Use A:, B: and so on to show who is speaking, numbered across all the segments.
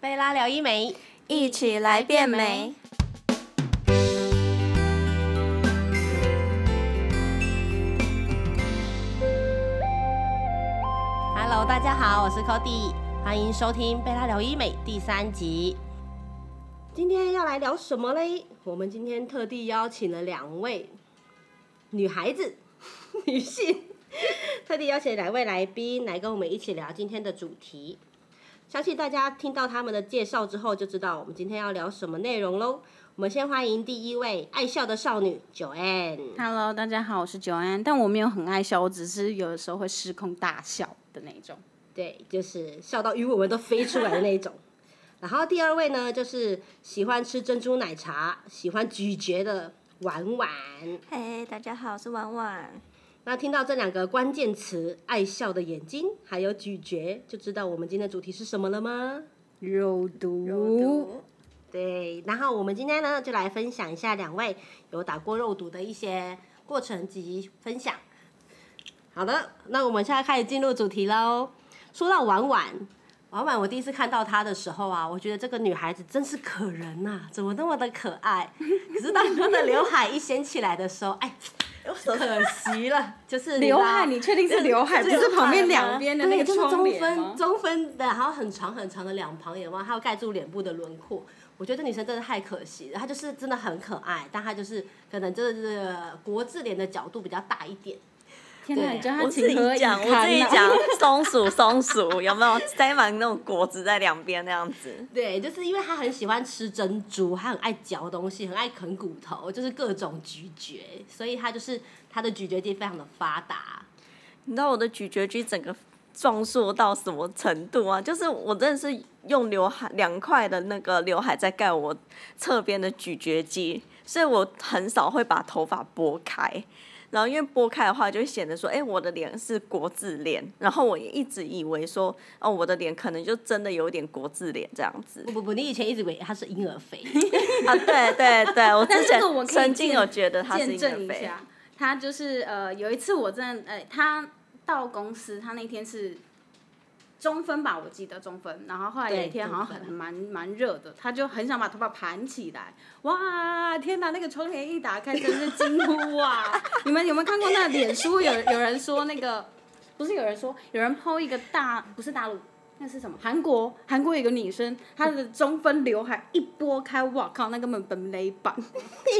A: 贝拉聊医美，
B: 一起来变美。
A: Hello，大家好，我是 Cody，欢迎收听贝拉聊医美第三集。今天要来聊什么嘞？我们今天特地邀请了两位女孩子、 女性，特地邀请两位来宾来跟我们一起聊今天的主题。相信大家听到他们的介绍之后，就知道我们今天要聊什么内容喽。我们先欢迎第一位爱笑的少女 Joanne。
C: Hello，大家好，我是九安，但我没有很爱笑，我只是有的时候会失控大笑的那种。
A: 对，就是笑到鱼尾纹都飞出来的那一种。 然后第二位呢，就是喜欢吃珍珠奶茶、喜欢咀嚼的婉婉。
B: 嘿、大家好，我是婉婉。
A: 那听到这两个关键词“爱笑的眼睛”还有“咀嚼”，就知道我们今天的主题是什么了吗？
C: 肉毒，
A: 对，然后我们今天呢，就来分享一下两位有打过肉毒的一些过程及分享。好的，那我们现在开始进入主题喽。说到婉婉，婉婉，我第一次看到她的时候啊，我觉得这个女孩子真是可人呐、怎么那么的可爱？可是当她的刘海一掀起来的时候， 哎，可惜了，就是你知道
C: 刘海，你确定是刘哎海，不
A: 就是
C: 是旁边两边的那
A: 啊对，
C: 个
A: 就是
C: 窗
A: 中
C: 帘吗
A: 分？中分的，然后很长很长的两旁眼吗？还有盖住脸部的轮廓。我觉得这女生真的太可惜了，她就是真的很可爱，但她就是可能就是国字脸的角度比较大一点。
C: 天哪，
A: 对
C: 你叫他
B: 我自己
C: 情何以堪、
B: 讲，
C: 啊？
B: 我自己讲，松鼠松鼠有没有塞满那种果子在两边那样子？
A: 对，就是因为她很喜欢吃珍珠，她很爱嚼东西，很爱啃骨头，就是各种咀嚼，所以她就是她的咀嚼肌非常的发达。
B: 你知道我的咀嚼肌整个壮硕到什么程度啊？就是我真的是用刘海两块的那个刘海在盖我侧边的咀嚼肌，所以我很少会把头发拨开。然后因为拨开的话，就会显得说，哎、我的脸是国字脸。然后我也一直以为说，哦，我的脸可能就真的有一点国字脸这样子
A: 不不不，你以前一直以为她是婴儿肥，
B: 啊。对对对，我之
C: 但这
B: 前
C: 个我可以
B: 曾经
C: 见
B: 有觉得他是婴
C: 见
B: 儿
C: 证一
B: 肥，
C: 下，他就是呃，有一次我真的呃，他到公司，他那天是中分吧，我记得中分，然后后来有
A: 对
C: 一天好像
A: 中分
C: 很蛮蛮热的，他就很想把头发盘起来，哇，天哪，那个窗帘一打开真是惊呼啊！ 你们有没有看过那个脸书有有人说那个？不是有人说有人抛一个大不是大陆那是什么？韩国韩国有个女生，她的中分刘海一拨开，哇靠，那根本本垒版。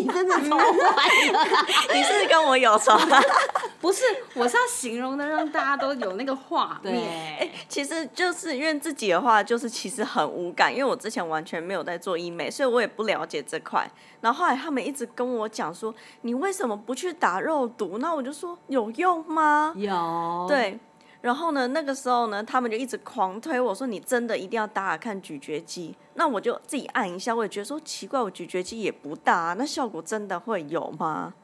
A: 你真的超坏 的。
B: 你是不是跟我有仇啊？
C: 不是，我是要形容的，让大家都有那个画面。
A: 对，
B: 其实就是因为自己的话，就是其实很无感，因为我之前完全没有在做医美，所以我也不了解这块。然后后来他们一直跟我讲说，你为什么不去打肉毒？那我就说有用吗？
A: 嗯有
B: 对。然后呢，那个时候呢，他们就一直狂推我说，你真的一定要打打看咀嚼肌。那我就自己按一下，我也觉得说奇怪，我咀嚼肌也不大、啊，那效果真的会有吗？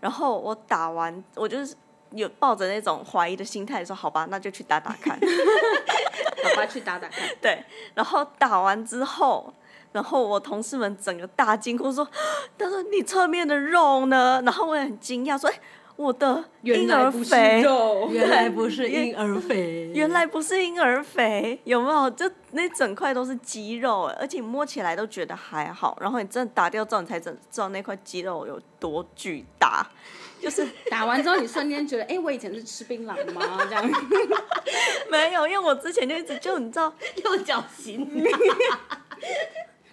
B: 然后我打完，我就是有抱着那种怀疑的心态说，好吧，那就去打打看。
C: 好吧，去打打 看。
B: 对，然后打完之后，然后我同事们整个大惊呼说：“ 他说你侧面的肉呢？”然后我也很惊讶说：“哎，我的
C: 原
B: 婴
C: 来
B: 儿
C: 不是
B: 肥，
C: 肉，
A: 原来不是婴儿 肥，
B: 原来不是婴儿肥，有没有？就那整块都是肌肉，而且摸起来都觉得还好。然后你真的打掉之后，你才真知道那块肌肉有多巨大。”就是
C: 打完之后你瞬间觉得，哎、我以前是吃槟榔吗？ 这样。
B: 没有，因为我之前就一直就你知道，
A: 右脚型。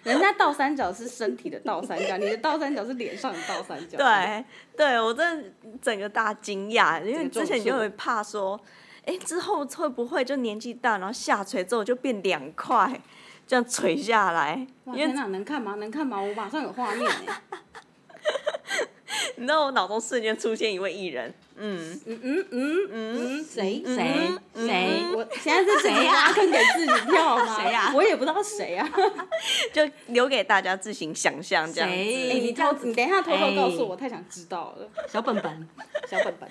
C: 人家倒三角是身体的倒三角，你的倒三角是脸上的倒三角。
B: 对，对我真的整个大惊讶，因为
C: 整个
B: 之前
C: 中
B: 就
C: 暑
B: 会怕说，哎，之后会不会就年纪大，然后下垂之后就变两块，这样垂下来？
C: 哇，
B: 因为
C: 天哪，能看吗？能看吗？我马上有画 面哎、
B: 你知道我脑中瞬间出现一位艺人，嗯，
C: 嗯嗯嗯嗯，谁
A: 谁谁
C: 我现在是谁呀、啊？坑给自己跳吗？
B: 谁啊
C: 我也不知道谁呀、啊。
B: 就留给大家自行想象这样
A: 谁
B: 子。
C: 哎、你
A: 这样
C: 偷，
A: 子
C: 你等一下偷偷告诉我，
A: 哎
C: 太想知道了，
A: 小本本，
C: 小本本。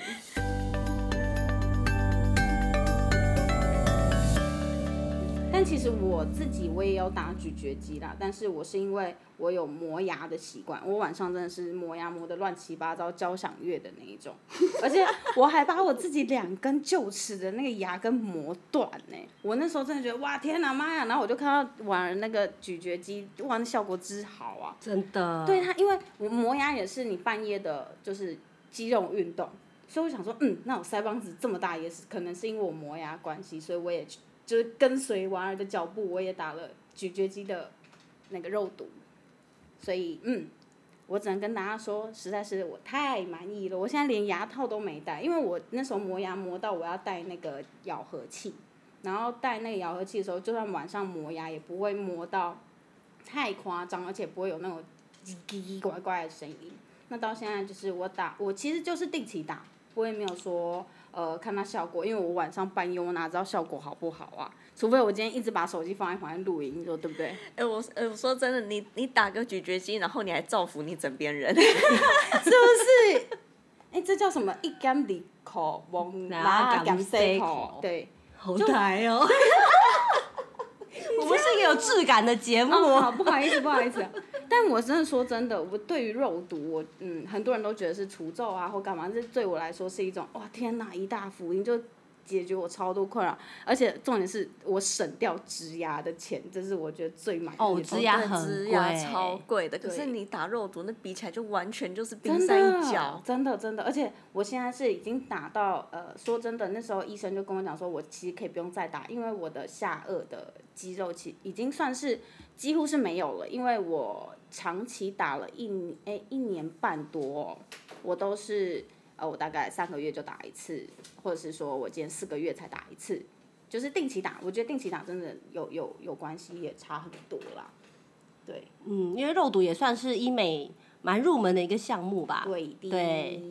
C: 但其实我自己我也有打咀嚼肌啦，但是我是因为我有磨牙的习惯，我晚上真的是磨牙磨得乱七八糟，交响乐的那一种， 而且我还把我自己两根臼齿的那个牙根磨断呢、我那时候真的觉得哇天哪妈呀！然后我就看到婉儿那个咀嚼肌，哇那效果之好啊！
A: 真的，
C: 对它，因为我磨牙也是你半夜的，就是肌肉运动，所以我想说，嗯，那我腮帮子这么大也是，可能是因为我磨牙关系，所以我也去就是跟随婉儿的脚步，我也打了咀嚼肌的那个肉毒，所以嗯，我只能跟大家说，实在是我太满意了，我现在连牙套都没戴，因为我那时候磨牙磨到我要戴那个咬合器。然后戴那个咬合器的时候，就算晚上磨牙也不会磨到太夸张，而且不会有那种叽叽呱呱的声音。那到现在就是我打，我其实就是定期打，我也没有说呃看它效果，因为我晚上半夜我哪知道效果好不好啊？除非我今天一直把手机放在旁边录音，你说对不对？
B: 哎、我哎、我说真的，你你打个咀嚼肌，然后你还造福你枕边人，
C: 是不是？哎，这叫什么？一干离口，忘拉干塞口，对。
A: 好台哦。 我们是一个有质感的节目，
C: 哦，好不 好意思，不好意思。但我真的说真的，我对于肉毒，我嗯，很多人都觉得是除皱啊或干嘛，这对我来说是一种哇天哪，一大福音就解决我超多困扰，而且重点是我省掉植牙的钱，这是我觉得最满意的。
A: 哦植牙很
B: 植牙
A: 贵
B: 超贵的。可
C: 对
B: 是你打肉毒，那比起来就完全就是冰
C: 真
B: 山
C: 的，
B: 一角。
C: 真的真的，而且我现在是已经打到呃，说真的，那时候医生就跟我讲说，我其实可以不用再打，因为我的下颚的肌肉其已经算是几乎是没有了，因为我长期打了一年哎一年半多、哦，我都是呃我大概三个月就打一次，或者是说我今天四个月才打一次，就是定期打，我觉得定期打真的有有有关系，也差很多啦。对
A: 嗯，因为肉毒也算是医美蛮入门的一个项目吧，
B: 啊
C: 对的
A: 对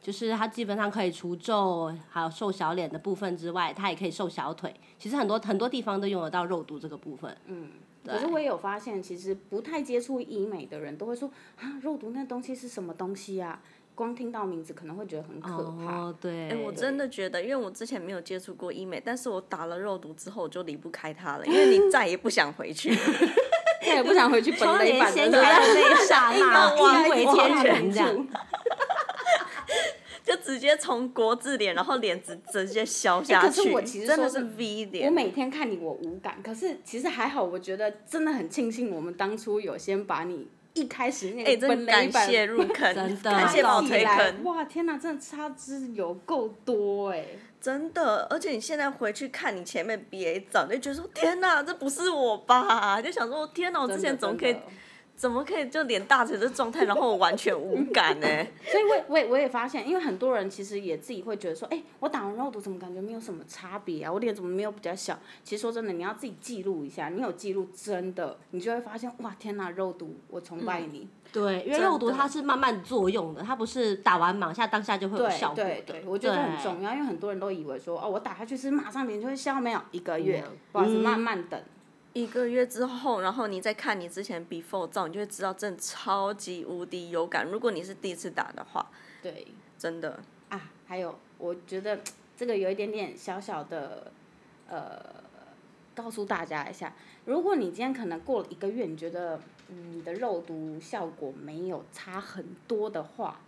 A: 就是它基本上可以除皱，还有瘦小脸的部分之外，它也可以瘦小腿。其实很多很多地方都用得到肉毒这个部分。
C: 可是我也有发现，其实不太接触医美的人都会说啊，肉毒那东西是什么东西啊？光听到名字可能会觉得很可怕。
A: 哦，对，
B: 我真的觉得，因为我之前没有接触过医美，但是我打了肉毒之后，我就离不开它了，因为 你再也不想回去。
C: 再也不想 回去本垒版
A: 掀
C: 的
A: 开
C: 了。
A: 的那一刹那，
B: 往
A: 惊为天人这样。
B: 就直接从国字脸，然后脸直直接消下去。
C: 哎可是我其实
B: 真的
C: 说
B: 是
C: 是
B: V
C: 我
B: 脸，
C: 每天看你，我无感。可是其实还好，我觉得真的很庆幸我们当初有先把你一开始
B: 哎、
C: 那个
B: 真
C: 本
B: 的
C: 垒
B: 感
C: 版
B: 谢入 坑，
A: 真的
B: 感
C: 拿
B: 谢把我
C: 起
B: 推
C: 来，
B: 坑，
C: 哇，天哪，真的差之有够多哎、
B: 真的。而且你现在回去看你前面 BA 照，你就觉得说天哪，这不是我吧？就想说天哪，我之前怎么可以
C: 真的
B: 怎么可以就脸大成这状态，然后我完全无感呢、
C: 所以我也我也我也发现，因为很多人其实也自己会觉得说，哎、我打完肉毒怎么感觉没有什么差别啊？我脸怎么没有比较小？其实说真的，你要自己记录一下，你有记录真的，你就会发现，哇，天哪，肉毒，我崇拜你。
A: 对，因为
B: 真的
A: 肉毒它是慢慢作用的，它不是打完马下当下就会有效
C: 对
A: 果的。
C: 对对，我觉得很重要，因为很多人都以为说，哦，我打下去是马上脸就会消，没有一个月，
A: 嗯
C: 不好意思，慢慢等。
B: 一个月之后，然后你再看你之前 before 照，你就会知道真的超级无敌有感。如果你是第一次打的话，
C: 对
B: 真的
C: 啊，还有，我觉得这个有一点点小小的，呃，告诉大家一下，如果你今天可能过了一个月，你觉得嗯你的肉毒效果没有差很多的话，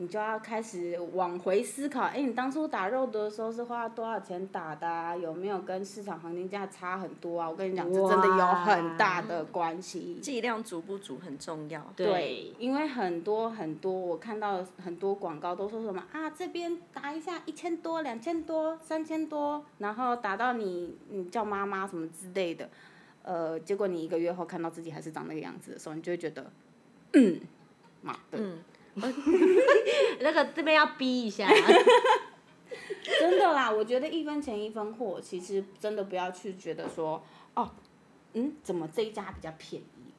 C: 你就要开始往回思考，哎，你当初打肉毒的时候是花多少钱打的、啊？有没有跟市场行情价差很多啊？我跟你讲，这真的有很大的关系。
B: 剂量足不足很重要。
A: 对
C: 对，因为很多很多，我看到很多广告都说什么啊，这边打一下一千多、两千多、三千多，然后打到你，你叫妈妈什么之类的，呃，结果你一个月后看到自己还是长那个样子的时候，你就会觉得，嗯，妈的，
A: 那个这边要逼一 下，
C: 真的啦，我觉得一分钱一分货，其实真的不要去觉得说，哦，嗯，怎么这一家比较便宜，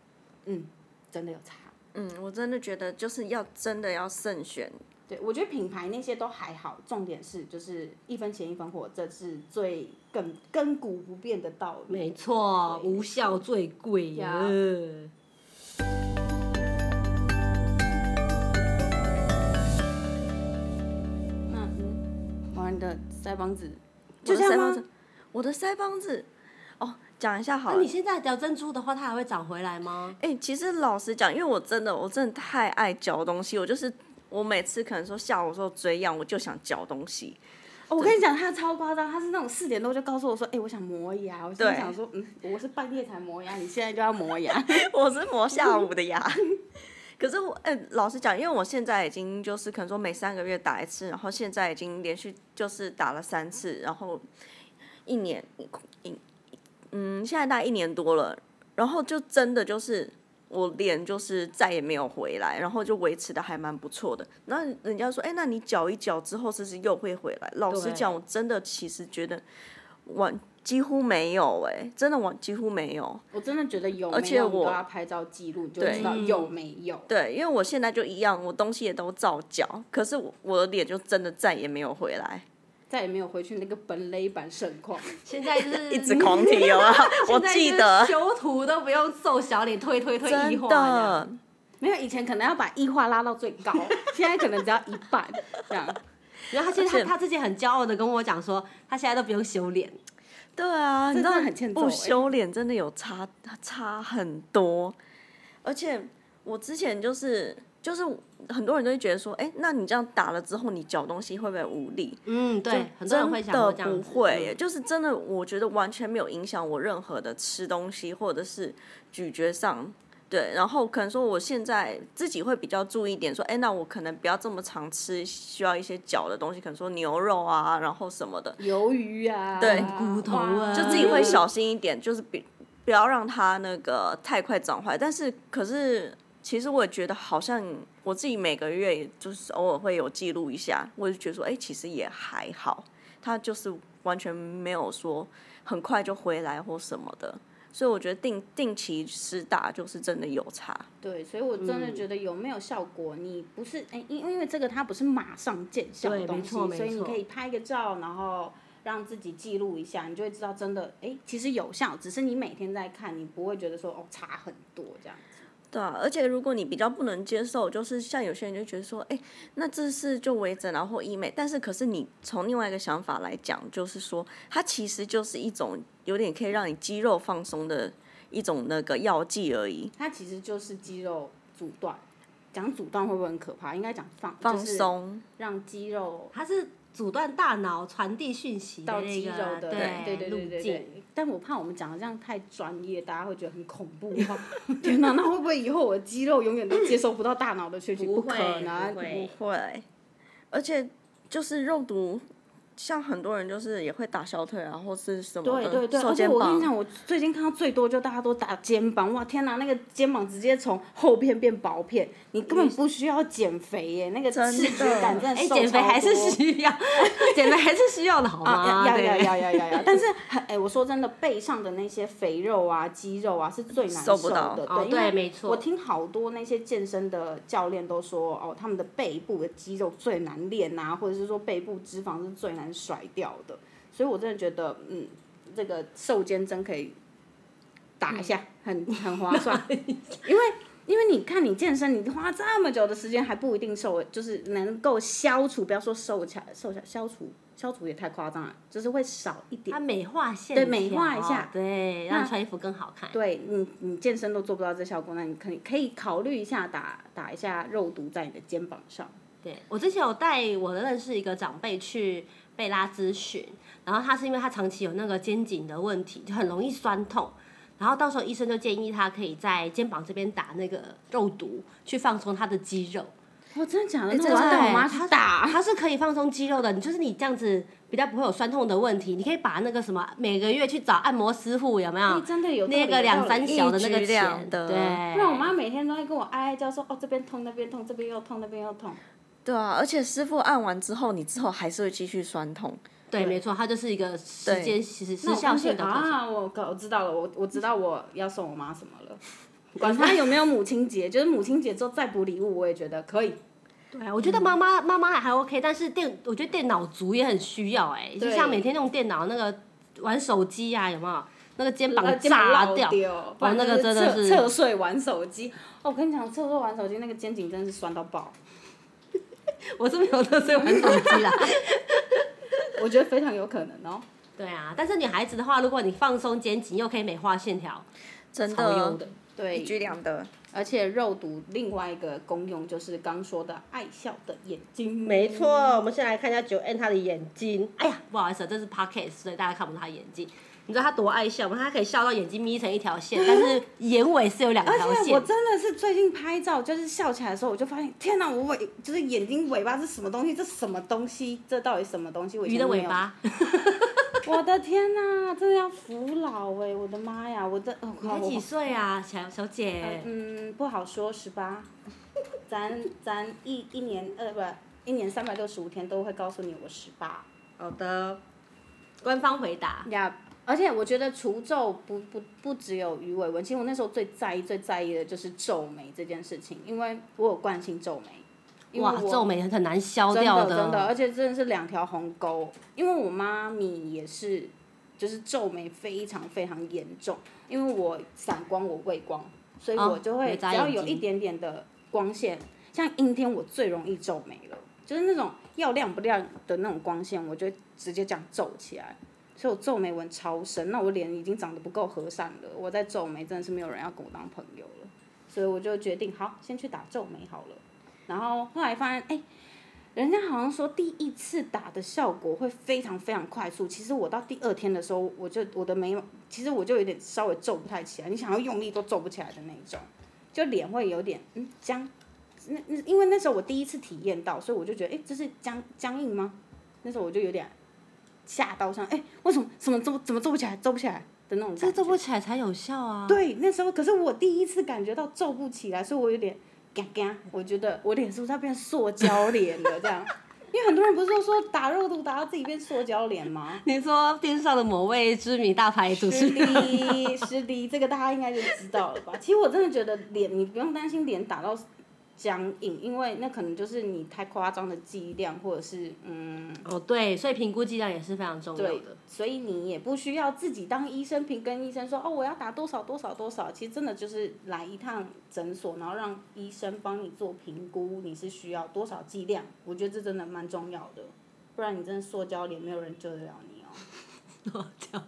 C: 嗯，真的有差。
B: 嗯，我真的觉得就是要真的要慎选，
C: 对，我觉得品牌那些都还好，重点是就是一分钱一分货，这是最亘亘古不变的道理。
A: 没错，无效最贵嗯呀、
C: 呀那嗯，完了你的腮帮子，
B: 我
C: 就
B: 的
C: 这样
B: 腮帮
C: 吗
B: 子？，我的腮帮子，哦，讲一下好
A: 那啊
B: 了
A: 你。现在掉珍珠的话，它还会长回来吗？
B: 哎、其实老实讲，因为我真的我真的太爱嚼东西，我就是我每次可能说下午的时候追痒，我就想嚼东西。
C: 哦我跟你讲，他超夸张，他是那种四点多就告诉我说，哎、我想磨牙。我心里
B: 对
C: 想说，嗯，我是半夜才磨牙，你现在就要磨牙。
B: 我是磨下午的牙。可是我，哎、老实讲，因为我现在已经就是可能说每三个月打一次，然后现在已经连续就是打了三次，然后一年，一嗯，现在大概一年多了，然后就真的就是我脸就是再也没有回来，然后就维持的还蛮不错的。那人家说，哎、那你搅一搅之后，是不是又会回来？老实
C: 对
B: 讲，我真的其实觉得完几乎没有、哎，真的完几乎没有。
C: 我真的觉得有
B: 而
C: 没
B: 且
C: 有你都
B: 我
C: 要拍照记录，你就知道
A: 嗯
C: 有没有。
B: 对，因为我现在就一样，我东西也都照缴，可是我我的脸就真的再也没有回来，
C: 再也没有回去那个本垒版盛况。
A: 现在就是
C: 嗯
A: 嗯
B: 一直狂提 有啊，我
A: 现在
B: 记
A: 就是
B: 得
A: 修图都不用瘦小脸，推推推一
B: 真
A: 化这样。
B: 的，
C: 没有，以前可能要把异化拉到最高，现在可能只要一半这样。
A: 然后他现在
B: 而且
A: 他他自己很骄傲的跟我讲说，他现在都不用修脸，
B: 对啊，你知
C: 真
B: 道
C: 的很欠揍
B: 不
C: 欸
B: 修脸真的有差差很多，而且我之前就是就是很多人都会觉得说，哎、那你这样打了之后，你嚼东西会不会无力？
A: 嗯，
B: 就
A: 对，很多人会想
B: 真
A: 说
B: 的
A: 这样
B: 不
A: 子
B: 会耶，
A: 嗯
B: 就是真的，我觉得完全没有影响我任何的吃东西或者是咀嚼上。对，然后可能说我现在自己会比较注意一点，说，哎，那我可能不要这么常吃需要一些嚼的东西，可能说牛肉啊，然后什么的，
C: 鱿鱼啊，
B: 对
A: 骨头啊
C: 哇
B: 就自己会小心一点，就是比不要让它那个太快长坏。但是可是其实我也觉得好像我自己每个月也就是偶尔会有记录一下，我就觉得说，哎、其实也还好，它就是完全没有说很快就回来或什么的。所以我觉得定定期施打就是真的有差，
C: 对，所以我真
A: 嗯
C: 的觉得有没有效果，你不是哎，因因为这个它不是马上见效的
A: 对
C: 东
A: 没
C: 西，
A: 错没
C: 所以你
A: 错
C: 可以拍个照，然后让自己记录一下，你就会知道真的哎，其实有效，只是你每天在看，你不会觉得说哦差很多这样子。
B: 对啊。而且如果你比较不能接受，就是像有些人就觉得说，哎、那这是就微整然后医美，但是可是你从另外一个想法来讲，就是说它其实就是一种有点可以让你肌肉放松的一种那个药剂而已，
C: 它其实就是肌肉阻断，讲阻断会不会很可怕？应该讲放
B: 放，
C: 就是
B: 松。
C: 让肌肉
A: 它是阻断大脑传递讯息的
C: 到
A: 那
C: 肌
A: 个
C: 肉的，对对
A: 路
C: 对对
A: 径。
C: 对。但我怕我们讲的这样太专业，大家会觉得很恐怖。天哪，那会不会以后我的肌肉永远都接收不到大脑的讯息？
A: 不啊
C: 不
A: 会
C: 可能，
A: 不会
B: 会，而且就是肉毒，像很多人就是也会打小腿啊，或是什么
C: 对
B: 的，
C: 对对，
B: 瘦
C: 而且
B: 肩
C: 我跟你讲，
B: 膀。
C: 我最近看到最多就大家都打肩膀，哇天哪，那个肩膀直接从厚片变薄片，你根本不需要减肥耶，那个
B: 真
C: 视觉
B: 的
C: 感真的
A: 哎，
C: 瘦
A: 减肥
C: 超
A: 还是
C: 多
A: 需要， 减肥还是需要的好吗？
C: 啊，要
A: 对
C: 要要要要要，但是很哎、我说真的，背上的那些肥肉啊、肌肉啊是最难
B: 瘦不
C: 的。
B: 到
A: 哦
C: 对，因为
A: 对没错
C: 我听好多那些健身的教练都说，哦，他们的背部的肌肉最难练啊，或者是说背部脂肪是最难甩掉的。所以我真的觉得，嗯，这个瘦肩针可以打一下，
A: 嗯
C: 很很 划算，因为。因为你看，你健身，你花这么久的时间还不一定瘦，就是能够消除，不要说瘦起来，瘦下消除消除也太夸张了，就是会少一点
A: 它。美化线
C: 对美化一
A: 条
C: 下
A: 对，让穿衣服更好看。
C: 对你，你健身都做不到这效果，那你可以可以考虑一下打打一下肉毒在你的肩膀上。
A: 对我之前有带我的认识一个长辈去贝拉咨询，然后他是因为他长期有那个肩颈的问题，就很容易酸痛，然后到时候医生就建议他可以在肩膀这边打那个肉毒，去放松他的肌肉。
C: 哦，真的假的？
B: 哎
C: 那我
B: 真的
C: 要带我
B: 哎
C: 妈去打。
A: 它是可以放松肌肉的，你就是你这样子比较不会有酸痛的问题。你可以把那个什么每个月去找按摩师傅有没有
C: 哎？真的有道理
A: 那个两三
C: 有道理
A: 小的那个
B: 一举两
A: 钱，
B: 得
A: 对。
C: 不然我妈每天都会跟我哀哀叫说，哦这边痛那边痛，这边又痛那边又痛。
B: 对啊，而且师傅按完之后，你之后还是会继续酸痛。
A: 对，没错，它就是一个时间时时
C: 那我
A: 效
C: 干脆
A: 性的过程。
C: 啊，我搞我知道了，我我知道我要送我妈什么了。管她有没有母亲节，就是母亲节之后再补礼物，我也觉得可以。
A: 对啊，我
C: 嗯
A: 觉得妈妈妈妈还 OK，但是电我觉得电脑族也很需要哎、就
C: 对
A: 像每天用电脑那个玩手机啊，有没有？那个肩膀
C: 呃肩膀
A: 炸
C: 落
A: 掉，
C: 掉，哦
A: 哇，那个真的
C: 侧
A: 是
C: 侧睡玩手机。哦，我跟你讲，侧睡玩手机那个肩颈真的是酸到爆，
A: 我是没有特睡玩手机啦。
C: 我觉得非常有可能哦。
A: 对啊，但是女孩子的话，如果你放松肩颈，又可以美化线条，
B: 真
A: 超优
B: 的
A: 的。
B: 一
C: 对，
B: 举两得。
C: 而且肉毒另外一个功用就是刚说的爱笑的眼睛，
A: 没错，我们先来看一下九 N 他的眼睛。哎呀，不好意思，这是 podcast，所以大家看不到他眼睛。你知道他多爱笑吗？他可以笑到眼睛眯成一条 线，但是眼尾是有两
C: 而
A: 条
C: 且我
A: 线。
C: 真的是最近拍照，就是笑起来的时候，我就发现，天哪，我尾就是眼睛尾巴是什么东西？这什么东西？这到底什么东西？我以
A: 鱼
C: 前
A: 的
C: 没
A: 尾
C: 有。
A: 巴，
C: 我的天哪，真的要服老哎、我的妈呀，我这哦，
A: 你才
C: 我
A: 几岁啊，小小姐？
C: 嗯，不好说，十八。咱咱一一年呃不，一年三百六十五天都会告诉你我十八。
A: 好的，官方回答。
C: 呀、而且我觉得除皱不不不只有鱼尾纹，其实我那时候最在意最在意的就是皱眉这件事情，因为我有惯性皱眉。因为
A: 哇，
C: 我
A: 皱眉很难消
C: 真
A: 掉
C: 的真的，而且真的是两条鸿沟。因为我妈咪也是，就是皱眉非常非常严重，因为我散光我畏光，所以
A: 哦
C: 我就会
A: 会
C: 只
A: 扎
C: 要
A: 眼
C: 有
A: 睛
C: 一点点的光线，像阴天我最容易皱眉了，就是那种要亮不亮的那种光线，我就直接这样皱起来。所以我皱眉纹超深，那我脸已经长得不够和善了，我在皱眉真的是没有人要跟我当朋友了，所以我就决定好先去打皱眉好了。然后后来发现，哎、人家好像说第一次打的效果会非常非常快速，其实我到第二天的时候，我就我的眉毛，其实我就有点稍微皱不太起来，你想要用力都皱不起来的那种，就脸会有点嗯僵。那那因为那时候我第一次体验到，所以我就觉得，哎、这是僵僵硬吗？那时候我就有点吓到，像哎、为什么什么皱怎么皱不起来，皱不起来的那种感觉。
A: 这皱不起来才有效啊。
C: 对，那时候可是我第一次感觉到皱不起来，所以我有点嘎嘎，我觉得我脸是不是要变塑胶脸了这样？因为很多人不是都说打肉毒打到自己变塑胶脸吗？
A: 你说电视上的某位知名大牌主持
C: 是
A: 人，
C: 的，是的，这个大家应该就知道了吧？其实我真的觉得脸，你不用担心脸打到僵硬，因为那可能就是你太夸张的剂量，或者是嗯，
A: 哦对，所以评估剂量也是非常重要
C: 对
A: 的。，
C: 所以你也不需要自己当医生，凭跟医生说哦，我要打多少多少多少。其实真的就是来一趟诊所，然后让医生帮你做评估，你是需要多少剂量。我觉得这真的蛮重要的，不然你真的塑胶脸，没有人救得了你哦。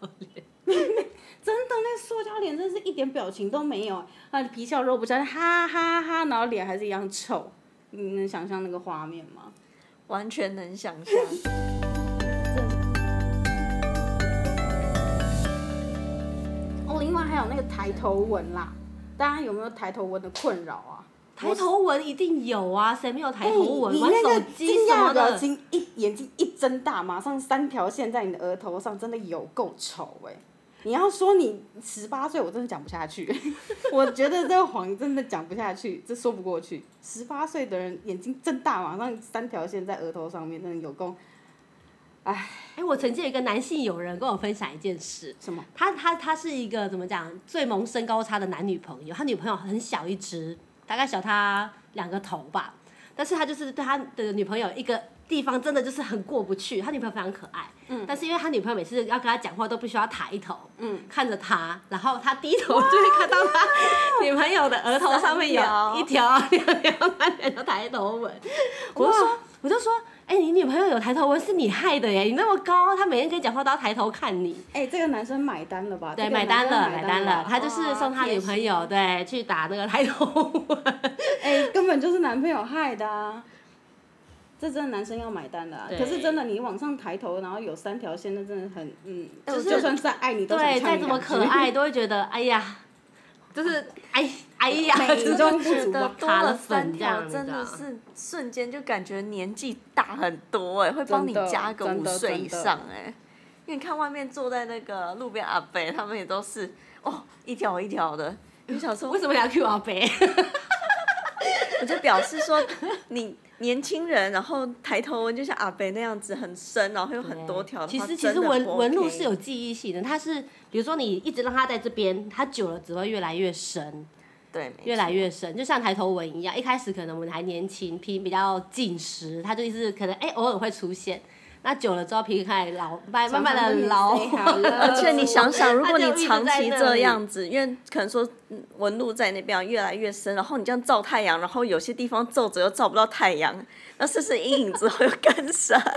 C: 真的，那塑胶脸真是一点表情都没有，啊，皮笑肉不笑，哈哈哈，然后脸还是一样臭。你能想象那个画面吗？
B: 完全能想 象。
C: 哦，另外还有那个抬头纹啦，大家有没有抬头纹的困扰啊？
A: 抬头纹一定有啊，谁没有抬头纹？
C: 哎你
A: 玩
C: 那
A: 手
C: 个
A: 机
C: 惊
A: 什
C: 讶
A: 么
C: 的表
A: 的，
C: 情一眼睛一睁大，马上三条线在你的额头上，真的有够丑哎、你要说你十八岁，我真的讲不 下去。我觉得这个谎真的讲不下去，这说不过去。十八岁的人眼睛睁大，马上三条线在额头上面，真的有够
A: 哎，我曾经有一个男性友人跟我分享一件事，
C: 什么？
A: 他他他是一个怎么讲最萌身高差的男女朋友，他女朋友很小一只，大概小他两个头吧，但是他就是对他的女朋友一个地方真的就是很过不去，他女朋友非常可爱，嗯，但是因为他女朋友每次要跟他讲话都必须要抬头，嗯，看着他，然后他低头就会看到他女朋友的额头上面有一条、两条、三条抬头纹，我就说，我就说。哎、你女朋友有抬头纹是你害的耶！你那么高，她每天跟你讲话都要抬头看你。
C: 哎、这个男生买单了吧？
A: 对，
C: 啊这个
A: 买单
C: 男
A: 了，
C: 生
A: 买
C: 买哦
A: 单了。他就是
C: 哇
A: 送他
C: 贴
A: 女朋友，对，去打那个抬头纹。
C: 哎、根本就是男朋友害的啊！这真的男生要买单的、啊。
A: 对
C: 可是真的，你往上抬头，然后有三条线，那真的很嗯，
A: 就
C: 就是就算再爱你都想
A: 对，
C: 呛
A: 再
C: 你
A: 怎么
C: 两
A: 可
C: 句，
A: 爱，都会觉得哎呀，就是哎哎呀，
C: 美中不
B: 觉
C: 足啊
B: 得
C: 吧。
B: 多
A: 卡
B: 了
A: 了
B: 三
A: 粉这样啊
B: 条，
A: 你
B: 真
A: 知道
B: 的是瞬间就感觉年纪大很多哎、会帮你
C: 真的
B: 加个
C: 真
B: 五
C: 的
B: 岁
C: 真
B: 以
C: 的
B: 上哎、因为你看外面坐在那个路边阿伯，他们也都是哦一条一条的。你想说
A: 为，什么要 Q 阿北？
B: 我就表示说你年轻人，然后抬头纹就像阿伯那样子很深，然后又很多条的
A: 其
B: 话。
A: 实其
B: 真
A: 实
B: 的
A: 纹
B: 不
A: 纹路
B: OK
A: 是有记忆性的，它是比如说你一直让它在这边，它久了只会越来越深，
B: 对，没
A: 越
B: 错
A: 来越深，就像抬头纹一样。一开始可能我们还年轻，皮比较紧实，它就一直可能哎、偶尔会出现。那久了之后，皮开始老，慢慢慢的老。
C: 而
B: 而且你想想，如
A: 它
B: 果你
A: 呃就一直
B: 长
A: 在
B: 期
A: 那
B: 这
A: 里
B: 样子，因为可能说嗯纹路在那边越来越深，然后你这样照太阳，然 后有些地方皱褶又照不到太阳，那是不是阴影之后又更深？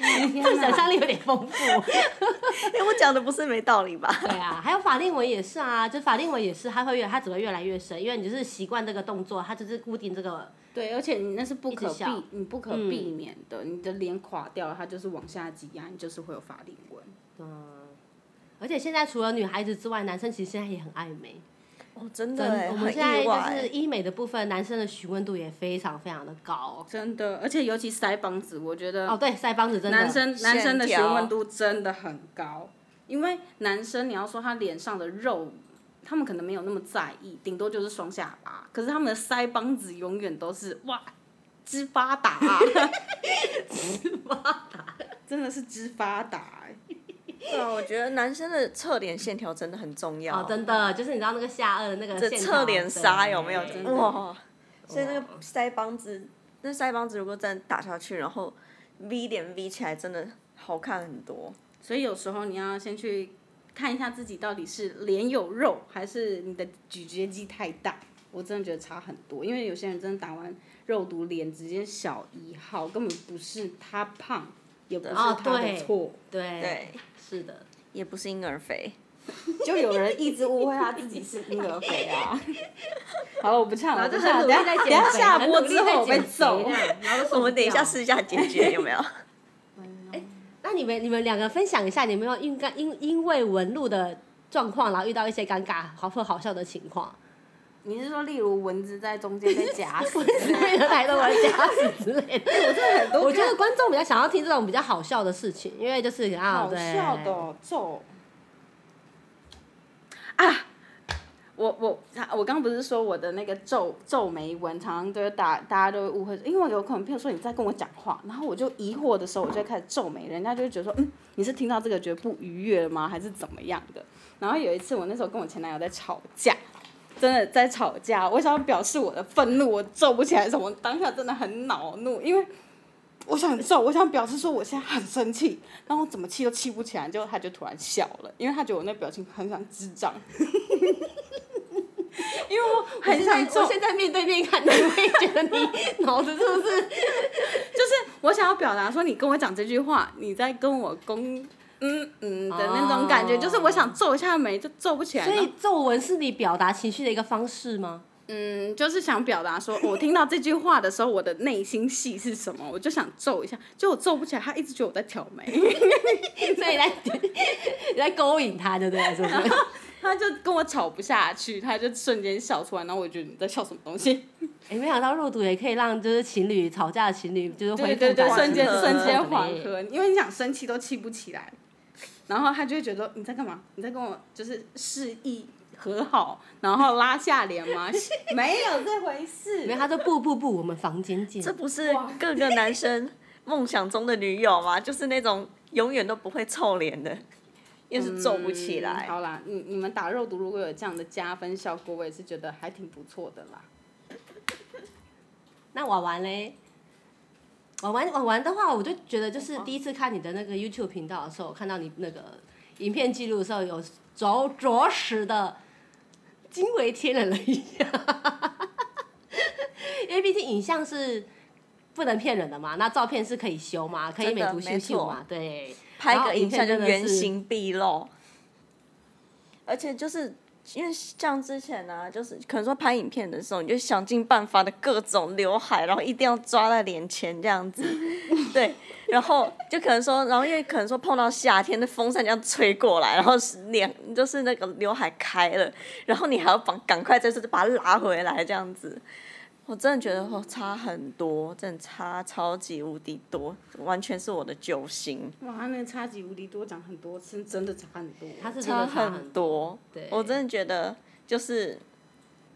A: 这个想象力有点丰富。
B: 哎，我讲的不是没道理吧？
A: 对啊，还有法令纹也是啊，就法令纹也是，它会越它只会越来越深，因为你就是习惯这个动作，它就是固定这个。
C: 对，而且你那是不可
A: 一直笑嗯
C: 避，你不可避免的，你的脸垮掉，它就是往下挤啊压，你就是会有法令纹。
A: 而且现在除了女孩子之外，男生其实现在也很爱美。
B: 哦，真的
A: 对，
B: 哎，
A: 我
B: 很
A: 们现在就
B: 意
A: 是
B: 外。
A: 医美的部分，男生的询问度也非常非常的高。
C: 真的，而且尤其腮帮子，我觉得
A: 哦，对，腮帮子真的。
C: 男生男生的
B: 线
C: 询
B: 条
C: 问度真的很高，因为男生你要说他脸上的肉，他们可能没有那么在意，顶多就是双下巴，可是他们的腮帮子永远都是哇，之发达、之发达，真的是之发达、欸。
B: 对啊，我觉得男生的侧脸线条真的很重要。
A: 哦，真的，就是你知道那个下颚的那个
B: 这
A: 线条
B: 侧脸杀有没有
A: 对？
C: 的
B: 哇！所以那个
A: 哦
B: 腮帮子，那腮帮子如果真的打下去，然后 V 脸 V 起来，真的好看很多。
C: 所以有时候你要先去看一下自己到底是脸有肉，还是你的咀嚼肌太大。我真的觉得差很多，因为有些人真的打完肉毒脸直接小一号，根本不是他胖，也不是
A: 哦
C: 他的
A: 对
C: 错，
A: 对，
B: 对，
A: 是的。
B: 也不是婴儿肥。
C: 就有人一直误会他自己是婴儿肥啊。好了，我不唱了，
A: 然
C: 我
A: 后就
C: 不
A: 很
C: 唱了，
A: 努力在
C: 等一下等一
A: 减
C: 下
A: 肥，
C: 下
A: 很
C: 播
A: 努力
C: 之
A: 在
C: 后我被
A: 减肥
C: 揍
A: 这。样 然后都受
B: 我们
A: 不
B: 等一
A: 了
B: 下私下解决有没 有？
A: 那你们你们两个分享一下，你们有没有因因因为纹路的状况，然后遇到一些尴尬好或好笑的情 况？
C: 你是说例如蚊子在中间被夹死？
A: 原来的玩家死之类的。
C: 我真的很 多
A: 我觉得观众比较想要听这种比较好笑的事情，因为就是啊，
C: 好
A: 对
C: 笑的、哦、咒啊！我我我刚刚不是说我的那个皱皱眉纹，常常都会大大家都会误会，因为有可能，譬如说你在跟我讲话，然后我就疑惑的时候，我就会开始皱眉，人家就会觉得说，嗯，你是听到这个觉得不愉悦了吗？还是怎么样的？然后有一次，我那时候跟我前男友在吵架，真的在吵架，我想要表示我的愤怒，我皱不起来的时候，我当下真的很恼怒，因为我想揍，我想表示说我现在很生气，然后我怎么气都气不起来，就他就突然笑了，因为他觉得我那表情很像智障， 因为我很想揍
A: 我，现在面对面看你，会觉得你脑子是不是？
C: 就是我想要表达说你跟我讲这句话，你在跟我攻嗯嗯的那种感觉，
A: 哦
C: 就是我想皱一下眉就皱不起 来，
A: 所
C: 然后
A: 以皱纹是你表达情绪的一个方式吗？
C: 嗯，就是想表达说，我听到这句话的时候，我的内心戏是什么，我就想皱一下，就我皱不起来，他一直觉得我在挑眉，
A: 所以你 在你在勾引他，对不对？是 不是？
C: 他就跟我吵不下去，他就瞬间笑出来，然后我就觉得你在笑什么东西，
A: 哎、没想到肉毒也可以让就是情侣吵架的情侣就是恢
C: 对
A: 复
C: 对
A: 感
C: 对，
A: 情
C: 瞬间
A: 的
C: 瞬间
A: 对
C: 缓和，因为你想生气都气不起来，然后他就会觉得你在干嘛？你在跟我就是示意和好，然后拉下脸吗？ 没有这回事
A: 没有，他说不不不，我们房间见。
B: 这不是各个男生梦想中的女友吗？就是那种永远都不会臭脸 的，又是皱不起来。
C: 嗯好啦，你你们打肉毒如果有这样的加分效果，我也是觉得还挺不错的啦。
A: 那婉婉嘞？婉婉婉婉的话，我就觉得
B: 哦
A: 就是第一次看你的那个 YouTube 频道的时候，看到你那个影片记录的时候，有着着实的惊为天人了一下， 因为毕竟影像是不能骗人的嘛，那照片是可以修嘛，可以
B: 真
A: 美
B: 的
A: 图
B: 没
A: 秀秀
B: 错
A: 嘛，对，
B: 拍
A: 然后
B: 个影像
A: 片
B: 就
A: 真的
B: 原
A: 是
B: 形毕露，而且就是因为像之前啊，就是可能说拍影片的时候，你就想尽办法的各种刘海，然后一定要抓在脸前这样子，对，然后就可能说，然后因为可能说碰到夏天的风扇这样吹过来，然后是脸就是那个刘海开了，然后你还要把赶快就是把它拉回来这样子。我真的觉得哦，差很多，真的差超级无敌多，完全是我的救星。
C: 哇，他那个差级无敌多讲很多次，真的差很多。
A: 他是真
B: 差
A: 的差
B: 很
A: 很
B: 多。
A: 对
B: 我真的觉得就是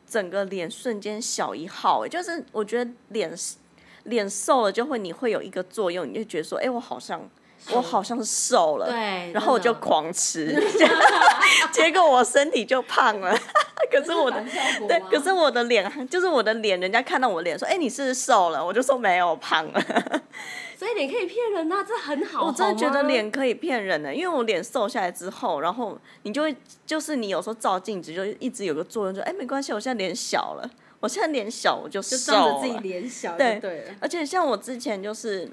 B: 整个脸瞬间小一号、欸，就是我觉得脸脸瘦了就会你会有一个作用，你就觉得说，哎、我好像我好像瘦了，
A: 对
B: 然后我
A: 真
B: 就
A: 的
B: 狂吃， 结果我身体就胖了。 可是我的对，可是我的脸就是我的脸，人家看到我脸说，哎、你是不是瘦了，我就说没有，我胖了。
A: 所以脸可以骗人呐、这很好。
B: 哦我真的
A: 哦好啊
B: 觉得
A: 吗
B: 脸可以骗人欸的，因为我脸瘦下来之后，然后你就会就是你有时候照镜子就一直有个作用，就哎没关系，我现在脸小了，我现在脸小我就
C: 就
B: 瘦
C: 仗着自己
B: 了。
C: 脸小就
B: 对
C: 对了。
B: 而且像我之前就是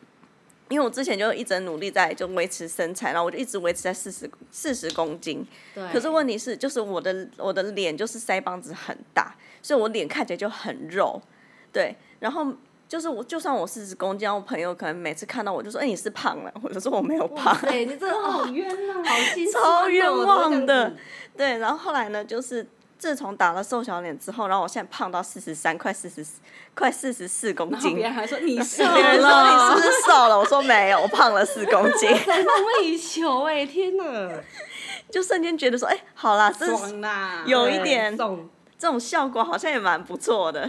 B: 因为我之前就一直很努力在就维持身材，然后我就一直维持在四十四十公斤。
A: 对，
B: 可是问题是，就是我的我的脸就是腮帮子很大，所以我脸看起来就很肉。对，然后就是我就算我四十公斤，然后我朋友可能每次看到我就说：“哎、你是胖了。”我就说我没有胖。
A: 对你这
C: 好啊
A: 哦，
C: 冤呐、
A: 好心酸哦
B: 超冤枉的。
A: 这样子
B: 对，然后后来呢，就是自从打了瘦小脸之后，然后我现在胖到四十三，快四十，快四十四公
C: 然后
B: 斤。
C: 别人还说你瘦
B: 别人说你是
C: 了，
B: 不是瘦了？我说没有，我胖了四公 斤，
A: 梦寐以求哎，天 哪，
B: 就瞬间觉得说，哎、好啦，这是
C: 爽啦！
B: 有一
A: 对
B: 点
A: 送
B: 这种效果好像也蛮不错的。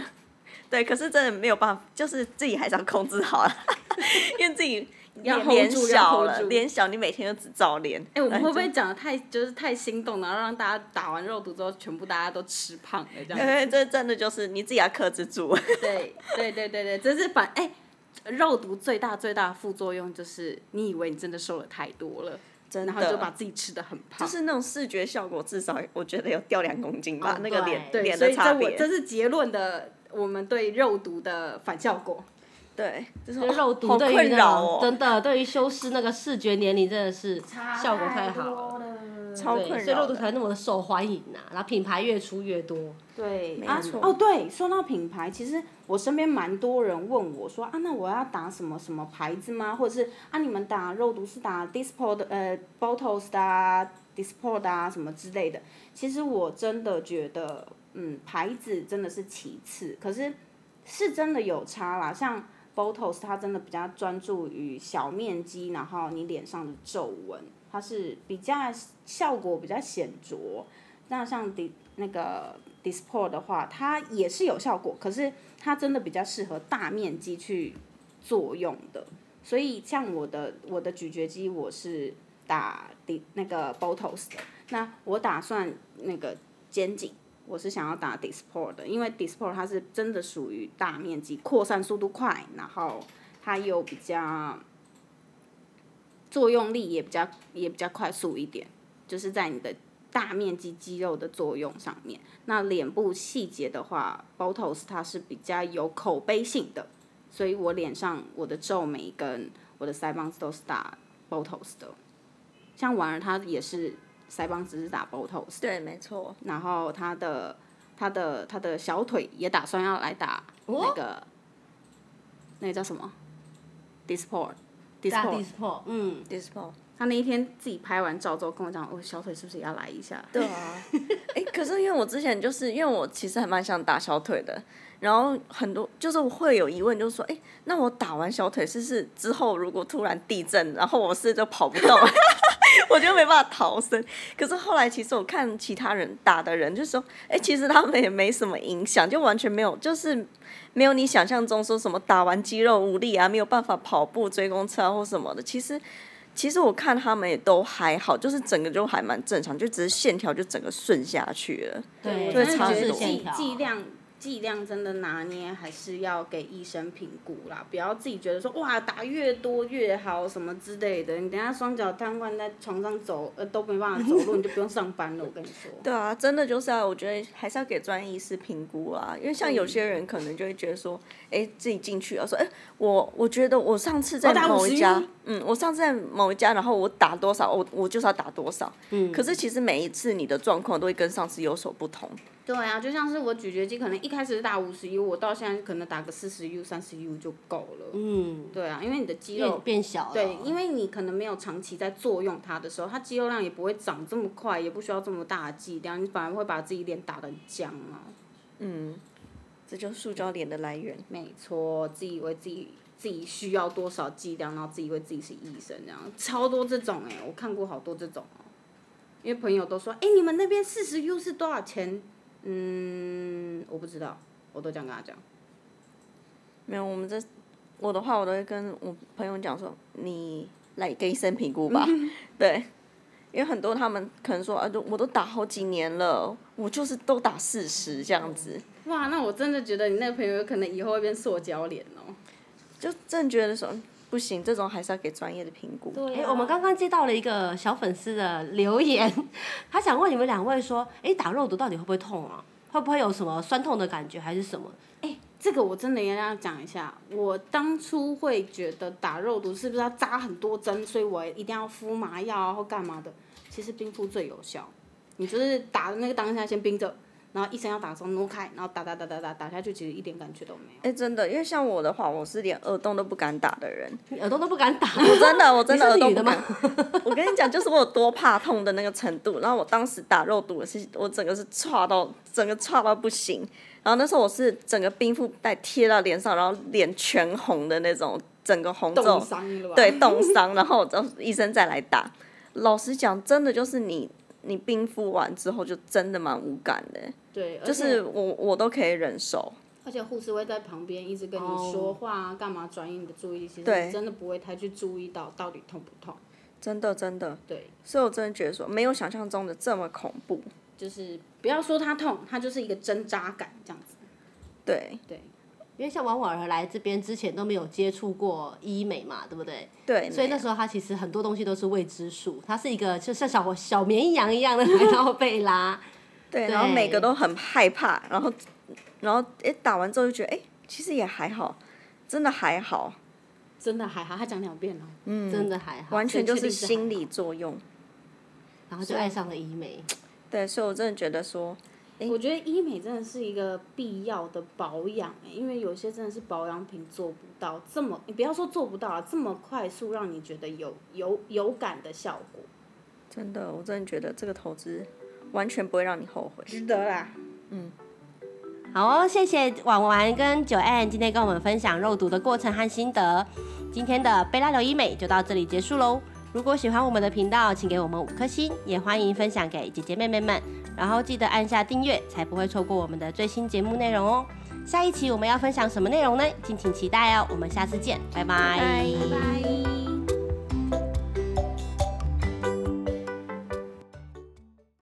B: 对，可是真的没有办法，就是自己还是要控制好 了，因为自己
C: 要
B: 脸
C: hold
B: 脸
C: 住要
B: 小
C: hold
B: 了，
C: 住
B: 脸小，你每天就只照脸。
C: 哎、我们
B: 对
C: 会不会
B: 就
C: 讲的太就是太心动，然后让大家打完肉毒之后，全部大家都吃胖了这
B: 因
C: 样？
B: 为这哎真的就是你自己要克制住。
C: 对 对对对对，这是反哎、肉毒最大最大的副作用就是你以为你真的瘦了太多了，
B: 真的
C: 然后就把自己吃的很胖。
B: 就是那种视觉效果，至少我觉得有掉两公斤吧，
A: 哦
B: 那个
A: 对
B: 脸
C: 对，
B: 脸
C: 所
B: 的
C: 以
B: 差
C: 这我
B: 别。
C: 这是结论的，我们对肉毒的反效果。
B: 对，就是
A: 这个肉
B: 好
A: 毒对于
B: 困
A: 那
B: 扰
A: 种
B: 哦，
A: 真的对于修饰那个视觉年龄真的是效果太好了。
C: 了，
B: 超
A: 对，
B: 困
A: 所以
B: 扰
A: 肉毒
B: 的。
A: 才那么的受欢迎呐、然后品牌越出越多，
C: 对，
B: 没
C: 啊
B: 错
C: 哦，对，说到品牌，其实我身边蛮多人问我说啊，那我要打什么什么牌子吗？或者是啊，你们打肉毒是打 Disport 的呃 Bottles 的啊，Disport 的啊什么之类的。其实我真的觉得，嗯，牌子真的是其次，可是是真的有差啦。像 Bottles 它真的比较专注于小面积，然后你脸上的皱纹，它是比较效果比较显著。那像 D 那个 Disport 的话，它也是有效果，可是它真的比较适合大面积去作用的。所以像我的我的咀嚼肌，我是打的那个 Bottles 的，那我打算那个肩颈。我是想要打 Disport 的，因为 Disport 它是真的属于大面积，扩散速度快，然后它又比较作用力也比较也比较快速一点，就是在你的大面积肌肉的作用上面。那脸部细节的话，Botox 它是比较有口碑性的，所以我脸上我的皱眉跟我的腮帮子都是打 Botox 的。像婉儿她也是腮帮子是打 Botox，的
B: 对，没错。
C: 然后她的她的她的小腿也打算要来打
B: 哦
C: 那个、那个叫什么 Disport。
A: 大
C: Disport，
A: Dispo，嗯，
B: Dispo。
C: 他那一天自己拍完照之后跟我讲，我、小腿是不是也要来一下？
B: 对啊。哎，可是因为我之前就是因为我其实还蛮想打小腿的，然后很多就是我会有疑问，就是说，哎，那我打完小腿是不是之后如果突然地震，然后我是就跑不 动，我就没办法逃生。可是后来其实我看其他人打的人，就说，哎，其实他们也没什么影响，就完全没有，就是没有你想象中说什么打完肌肉无力啊，没有办法跑步、追公车、啊、或什么的。其实，其实我看他们也都还好，就是整个就还蛮正常，就只是线条就整个顺下去了。
A: 对，
C: 我
B: 就是
C: 真
B: 啊差
C: 的觉
B: 很
C: 得
B: 多
C: 剂
A: 线条
C: 剂量剂量真的拿捏还是要给医生评估啦，不要自己觉得说哇打越多越好什么之类的，你等下双脚瘫痪在床上走呃都没办法走路，你就不用上班了。我跟你说，
B: 对啊，真的就是啊，我觉得还是要给专业医师评估啊，因为像有些人可能就会觉得说，哎、自己进去啊，说，哎、我我觉得我上次在
C: 我打
B: 某一家
C: 51，
B: 嗯，我上次在某一家，然后我打多少，我我就是要打多少，嗯，可是其实每一次你的状况都会跟上次有所不同，
C: 对啊，就像是我咀嚼肌可能一开始是打五十 U，我到现在可能打个四十 U、三十 U 就够了。
A: 嗯，
C: 对啊，因为你的肌
A: 变
C: 肉
A: 变小了，
C: 对，因为你可能没有长期在作用它的时候，它肌肉量也不会长这么快，也不需要这么大的剂量，你反而会把自己脸打得很僵啊。
B: 嗯，这就是塑胶脸的来源。
C: 没错，自以为自己自己需要多少剂量，然后自以为自己是医生，这样超多这种哎、我看过好多这种哦、因为朋友都说，哎、你们那边四十 U 是多少钱？嗯，我不知道，我都这样跟他讲。
B: 没有，我们这我的话，我都会跟我朋友讲说，你来给医生评估吧。对，因为很多他们可能说，啊，都我都打好几年了，我就是都打四十这样子，
C: 哇，那我真的觉得你那个朋友有可能以后会变塑胶脸哦。
B: 就真的觉得说不行，这种还是要给专业的评估。
A: 哎、
C: 对
A: 我们刚刚接到了一个小粉丝的留言， 他想问你们两位说，哎、打肉毒到底会不会痛啊？会不会有什么酸痛的感觉还是什么？哎、
C: 这个我真的也要讲一下，我当初会觉得打肉毒是不是要扎很多针，所以我一定要敷麻药啊或干嘛的。其实冰敷最有效，你就是打的那个当下先冰着，然后医生要打的时候挪开，然后打打打打打打下去，其实一点感觉都没有。
B: 哎、真的，因为像我的话，我是连耳洞都不敢打的人，
A: 你耳朵都不敢打，
B: 我真的，我真的
A: 你
B: 耳
A: 是
B: 洞
A: 女的
B: 不敢
A: 吗？？
B: 我跟你讲，就是我有多怕痛的那个程度。然后我当时打肉毒，我是我整个是岔到整个岔到不行。然后那时候我是整个冰敷袋贴到脸上，然后脸全红的那种，整个红
C: 冻
B: 肿，
C: 伤了吧？
B: 对，冻伤。然后我找医生再来打。老实讲，真的就是你你冰敷完之后，就真的蛮无感的，欸
C: 对，而且
B: 就是
A: 嗯
B: 我我都可以忍受。
C: 而且护士会在旁边一直跟你
A: 哦
C: 说话啊，干嘛转移你的注意力，其实
B: 对
C: 你真的不会太去注意到到底痛不痛。
B: 真的真的，
C: 对，
B: 所以我真的觉得说没有想象中的这么恐怖。
C: 就是不要说它痛，它就是一个针扎感这样子。
B: 对
C: 对，
A: 因为像王婉儿来这边之前都没有接触过医美嘛，对不对？
B: 对，
A: 所以那时候她其实很多东西都是未知数，她是一个就像小小绵羊一样的 来到贝拉。
B: 对，然后每个
A: 对
B: 都很害怕，然后然后诶打完之后就觉得诶，其实也还好，真的还好，
C: 真的还好，他讲两遍哦了。
A: 真的还好，
B: 嗯完全就
C: 确
B: 是
C: 定是还
B: 心理作用。
A: 然后就爱上了医美。
B: 对，所以我真的觉得说，
C: 我觉得医美真的是一个必要的保养、欸，因为有些真的是保养品做不到这么，你不要说做不到啊，这么快速让你觉得有有有感的效果，
B: 真的，我真的觉得这个投资完全不会让你后悔。
C: 值得啦。
A: 好哦，谢谢婉婉跟九 N 今天跟我们分享肉毒的过程和心得。今天的贝拉流医美就到这里结束喽。如果喜欢我们的频道，请给我们五颗星，也欢迎分享给姐姐妹妹们。然后记得按下订阅，才不会错过我们的最新节目内容哦。下一期我们要分享什么内容呢？敬请期待哦。我们下次见，拜拜
B: 拜
C: 拜。